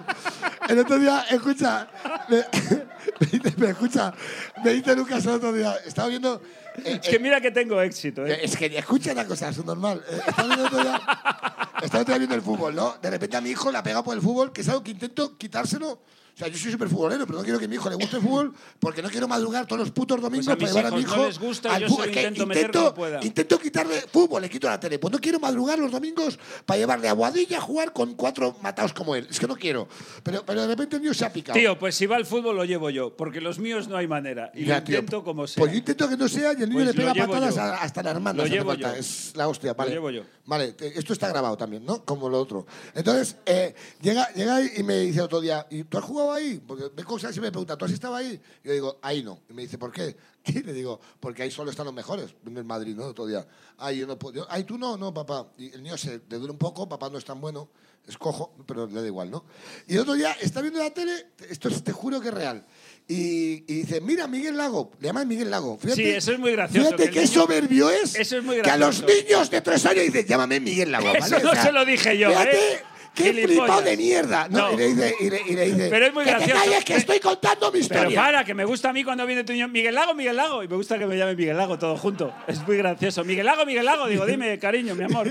El otro día, escucha, me, me dice, me escucha, me dice Lucas el otro día, estaba viendo... eh, Es que mira que tengo éxito, eh, ¿eh? es que escucha una cosa, es normal. Eh, Estaba viendo el otro día, estaba el otro día viendo el fútbol, ¿no? De repente a mi hijo la pega por el fútbol, que es algo que intento quitárselo. O sea, yo soy súper futbolero, pero no quiero que a mi hijo le guste el fútbol porque no quiero madrugar todos los putos domingos Pues a mis para llevar a mi hijos hijo no les gusta, al yo fútbol. solo Es que intento meter intento, como pueda. intento quitarle fútbol, le quito la tele. Pues no quiero madrugar los domingos para llevarle a Boadilla a jugar con cuatro matados como él. Es que no quiero. Pero, pero de repente el mío se ha picado. Tío, pues si va al fútbol lo llevo yo, porque los míos no hay manera. Y Ya, lo tío, intento como sea. Pues yo intento que no sea y el niño Pues le pega lo llevo patadas yo. a- hasta la hermana. Lo si hace llevo falta. yo. Es la hostia, vale. llevo yo. Vale, te- esto está grabado también, ¿no? Como lo otro. Entonces, eh, llega, llega y me dice otro día, ¿y tú has jugado ahí? Porque me cosas y me pregunta, ¿tú has estado ahí? Yo digo, ahí no. Y me dice, ¿por qué? Y le digo, porque ahí solo están los mejores. En el Madrid, ¿no? Otro día. Ay, yo no puedo. Yo, Ay, tú no, no, papá. Y el niño se le dura un poco, papá no es tan bueno. Escojo, pero le da igual, ¿no? Y el otro día está viendo la tele, esto es- te juro que es real. Y, y dice, mira, Miguel Lago, le llaman Miguel Lago. Fíjate, Sí, eso es muy gracioso, que Fíjate el qué niño- soberbio es. Eso es muy Que a los gracioso. niños de tres años dice, llámame Miguel Lago. Eso ¿vale? no se lo dije yo, fíjate, ¿eh? Qué Gilipollas. flipado de mierda. No, No. Y, le dice, y, le, y le dice, Pero es muy que gracioso. te calles que Pero- estoy contando mi historia. Pero para, que me gusta a mí cuando viene tu niño. Miguel Lago, Miguel Lago. Y me gusta que me llame Miguel Lago todo junto. Es muy gracioso. Miguel Lago, Miguel Lago. Digo, dime, cariño, mi amor.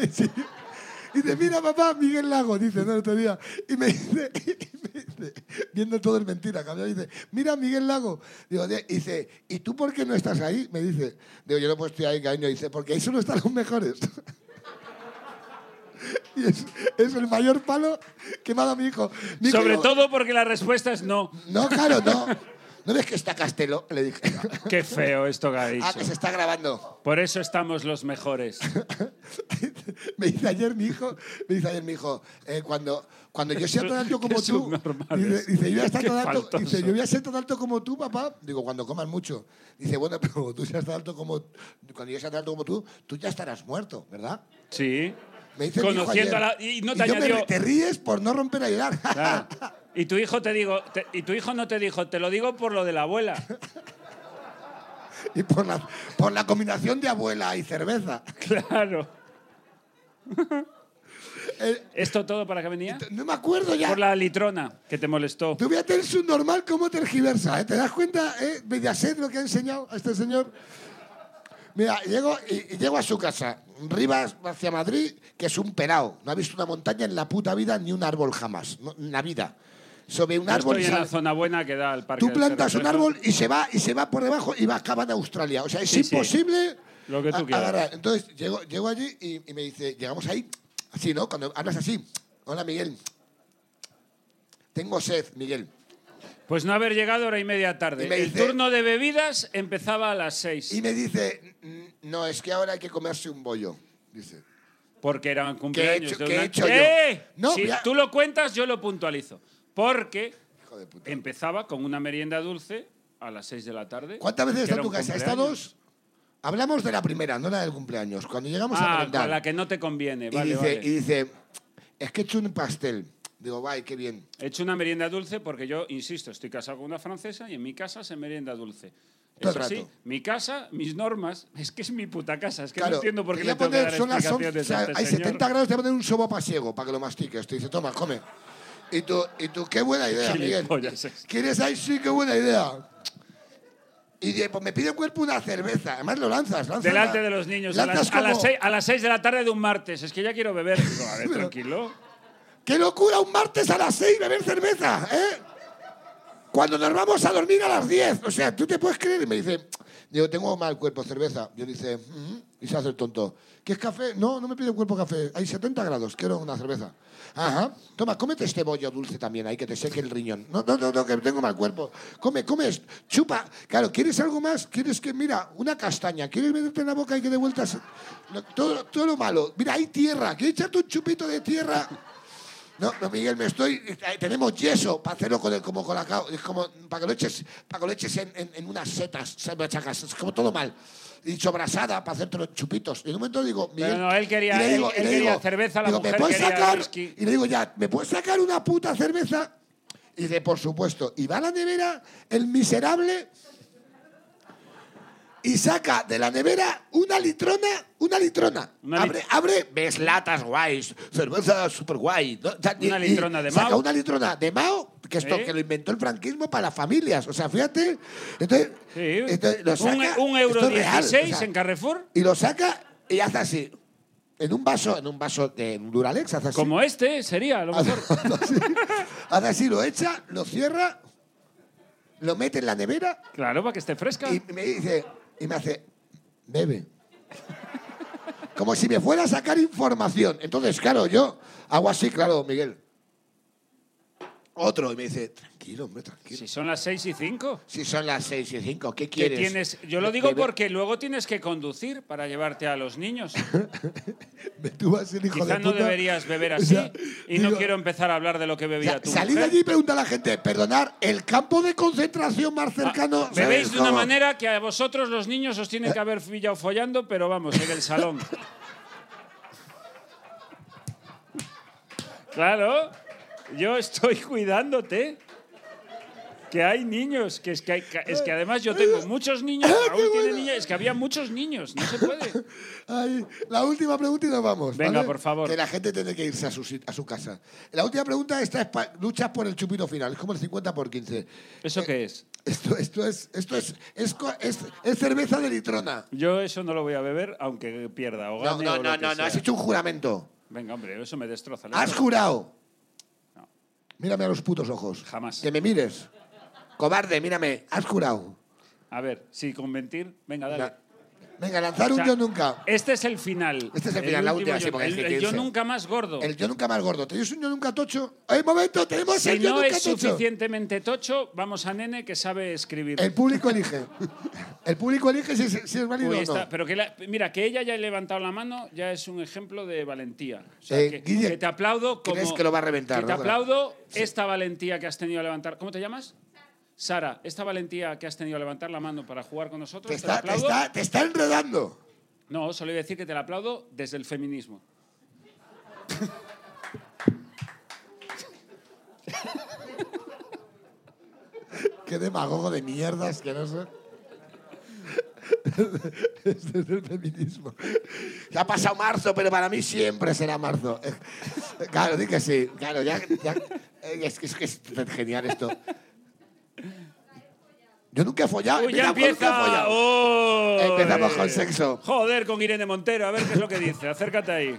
Y dice, mira, papá, Miguel Lago, dice, no, el otro día. Y me dice, y me dice, viendo todo es mentira, cambió, dice, mira, Miguel Lago. Digo, "Di-". y dice, ¿y tú por qué no estás ahí? Me dice, digo, yo no puedo estar ahí, cariño. Dice, porque ahí solo están los mejores. y es, es el mayor palo que me ha dado mi hijo. Mi hijo Sobre digo, todo porque la respuesta es no. No, claro, no. ¿No ves que está Castelo? Le dije. Qué feo esto que ha ah, que se dicho. está grabando. Por eso estamos los mejores. me dice ayer mi hijo, me dice ayer mi hijo, eh, cuando, cuando yo sea tan alto como Qué tú, subnormales. dice, dice, yo voy a estar Qué tan alto, faltoso. dice, yo voy a ser tan alto como tú, papá. Digo, cuando comas mucho. Dice, bueno, pero cuando tú seas tan alto como, cuando yo sea tan alto como tú, tú ya estarás muerto, ¿verdad? Sí. Me dice mi hijo Conociendo a ayer. la. Y no te yo me añadió. re- te ríes por no romper a llorar. Claro. Y tu hijo te digo, te- y tu hijo no te dijo, te lo digo por lo de la abuela. y por la, por la combinación de abuela y cerveza. Claro. Eh, ¿Esto todo para qué venía? no me acuerdo ya. Por la litrona que te molestó. Tú fíjate el subnormal cómo tergiversa, ¿eh? ¿Te das cuenta, eh? Mediaset lo que ha enseñado a este señor. Mira, llego, y, y llego a su casa, Rivas hacia Madrid, que es un pelao. No ha visto una montaña en la puta vida ni un árbol jamás, no, en la vida. Sobre un Yo árbol estoy en la sale- zona buena que da al parque. Tú del plantas un Cerro. árbol y se va y se va por debajo y va acaban a Australia. O sea, es Sí, sí. imposible Lo que tú a- quieras. agarrar. Entonces llego, llego allí y, y me dice, llegamos ahí, así, ¿no? Cuando hablas así, hola Miguel, tengo sed, Miguel. Pues no haber llegado hora y media tarde. Y me El dice- turno de bebidas empezaba a las Y seis. me dice, "Mm, no, es que ahora hay que comerse un bollo. Dice, Porque eran cumpleaños hecho- de qué una- he hecho yo? ¡Eh! No, si mira- tú lo cuentas, yo lo puntualizo. Porque hijo de puta. empezaba con una merienda dulce a las seis de la tarde. ¿Cuántas veces que está era en tu un casa? ¿Está cumpleaños. dos? Hablamos de la primera, no la del cumpleaños. Cuando llegamos a Ah, merendar. con la que no te conviene. y, Vale, dice, vale. y dice, es que he hecho un pastel. Digo, vaya, qué bien. He hecho una merienda dulce porque yo, insisto, estoy casado con una francesa y en mi casa se merienda dulce. Todo Es el así, rato. mi casa, mis normas, es que es mi puta casa, es que claro, no entiendo por qué quería le tengo que poner- dar son las explicaciones once, a o este sea, Hay señor. 70 grados, te voy a poner un sobo pasiego para que lo mastiques. Te dice, toma, come. Y tú, y tú qué buena idea, Miguel. Gilipollas es. ¿Quieres ahí? Sí, qué buena idea. Y de- pues me pide el cuerpo una cerveza. Además lo lanzas, lanzas. Delante la- de los niños, a lanzas las, a, como- las seis, a las seis de la tarde de un martes. Es que ya quiero beber. Digo, a ver, Pero- tranquilo. ¡Qué locura un martes a las 6 beber cerveza! ¿eh? Cuando nos vamos a dormir a las 10. O sea, ¿tú te puedes creer? Y me dice, digo, tengo mal cuerpo, cerveza. Yo dice, "Ujú", y se hace el tonto. ¿Quieres café? No, no me pide cuerpo café. Hay 70 grados, quiero una cerveza. Ajá. Toma, cómete este bollo dulce también, ahí que te seque el riñón. No, no, no, no, que tengo mal cuerpo. Come, comes, chupa. Claro, ¿quieres algo más? ¿Quieres que, mira, una castaña? ¿Quieres meterte en la boca y que de vueltas? Lo- Todo, todo lo malo. Mira, hay tierra. ¿Quieres echarte un chupito de tierra? No, no, Miguel, me estoy. eh, Tenemos yeso para hacerlo con el, como con la ca- Es como para que lo eches, para que lo eches en, en- en unas setas, se machacas. Es como todo mal. Y sobrasada para hacerte los chupitos. Y en un momento digo, Miguel. no, él quería- y le él- digo- él y le quería digo, cerveza, la digo, ¿me mujer puedes quería sacar? whisky. Y le digo, ya, ¿me puedes sacar una puta cerveza? Y dice, por supuesto. Y va a la nevera el miserable y saca de la nevera una litrona, una litrona. Una lit- abre, abre, ves latas guays, cerveza super guay. ¿no? O sea, Una litrona de saca Mao. una litrona de Mao, que esto Sí. que lo inventó el franquismo para familias. O sea, fíjate. Entonces, Sí. entonces lo un, e, saca, un euro esto es real, o 16 sea, en Carrefour, y lo saca y hace así. En un vaso, en un vaso de Duralex, hace así. como este sería a lo mejor. Hace así, lo echa, lo cierra, lo mete en la nevera claro, para que esté fresca. y me dice, y me hace, bebe. Como si me fuera a sacar información. Entonces, claro, yo hago así, claro, Miguel. Otro, y me dice, tranquilo, hombre, tranquilo. Si son las 6 y 5. Si son las seis y cinco, ¿qué Que quieres? tienes, yo lo digo Bebe- porque luego tienes que conducir para llevarte a los niños. Me tuvo así el hijo de Quizá no puta. deberías beber O así. sea, y no digo, quiero empezar a hablar de lo que o bebía sea, tú. salir de allí y preguntar a la gente, perdonar, el campo de concentración más Ah, cercano. ¿sabes Bebéis de una cómo? manera que a vosotros los niños os tienen que haber pillado follando, pero vamos, en el salón. Claro, yo estoy cuidándote. Que hay niños, que es que, hay- que- es que además yo tengo muchos niños, Raúl tiene niños, es que había muchos niños, no se puede. Ay, la última pregunta y nos vamos. Venga, ¿vale? por favor. Que la gente tiene que irse a su, sit- a su casa. La última pregunta, esta es pa- luchas por el chupito final. Es como el 50 por 15. ¿Eso qué es? Esto, esto, es, esto es, es, co- es, es cerveza de litrona. Yo eso no lo voy a beber, aunque pierda o No, gane no, o lo no, que no, no, sea. has hecho un juramento. Venga, hombre, eso me destroza. la Has vida. jurado. Mírame a los putos ojos. Jamás. Que me mires. Cobarde, mírame. Has jurado. A ver, sí, con mentir, venga, dale. Na- Venga, lanzar O un sea, yo nunca. Este es el final. Este es el final, la último última, yo- sí, porque el- es que el yo 15. nunca más gordo. El yo nunca más gordo. ¿Tenéis un yo nunca tocho? ¡Ay, momento! ¡Tenemos si el yo no nunca es tocho! suficientemente tocho, vamos a Nene que sabe escribir. El público elige. El público elige si, si es válido Uy, o no. está- pero que la- mira, que ella ya ha levantado la mano ya es un ejemplo de valentía. O sea, Eh, que, Guille, que te aplaudo como... ¿crees que lo va a reventar, Que te no? aplaudo esta valentía que has tenido a levantar... ¿Cómo te llamas? Sara, esta valentía que has tenido a levantar la mano para jugar con nosotros, Te la está, te, aplaudo. está, te está enredando. No, solo iba a decir que te la aplaudo desde el feminismo. Qué demagogo de mierdas que no sé. Este es el feminismo. Ya ha pasado marzo, pero para mí siempre será marzo. Eh, Claro, di que sí. Claro, ya, ya- eh, es, que, es que es tan genial esto. Yo nunca he follado. Uy, ya Mira, nunca he empieza. follado. ¡Ole! Empezamos con sexo. Joder, con Irene Montero, a ver qué es lo que dice. Acércate ahí.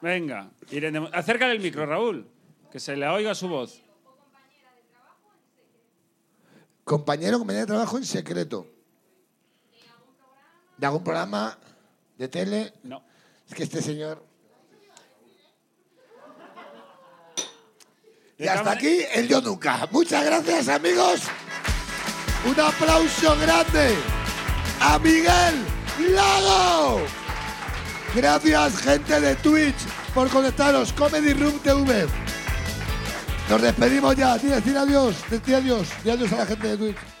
Venga, Irene, Mon- acércale el micro, Raúl, que se le oiga su voz. Compañero, compañera de trabajo en secreto. ¿De algún programa? ¿De tele? No. Es que este señor. Y De hasta todas aquí el Yo Nunca. Muchas gracias, amigos. Un aplauso grande a Miguel Lago. Gracias, gente de Twitch, por conectaros. Comedy Room TV. Nos despedimos ya. Di- Decir adiós. Decir adiós. Di adiós a la gente de Twitch.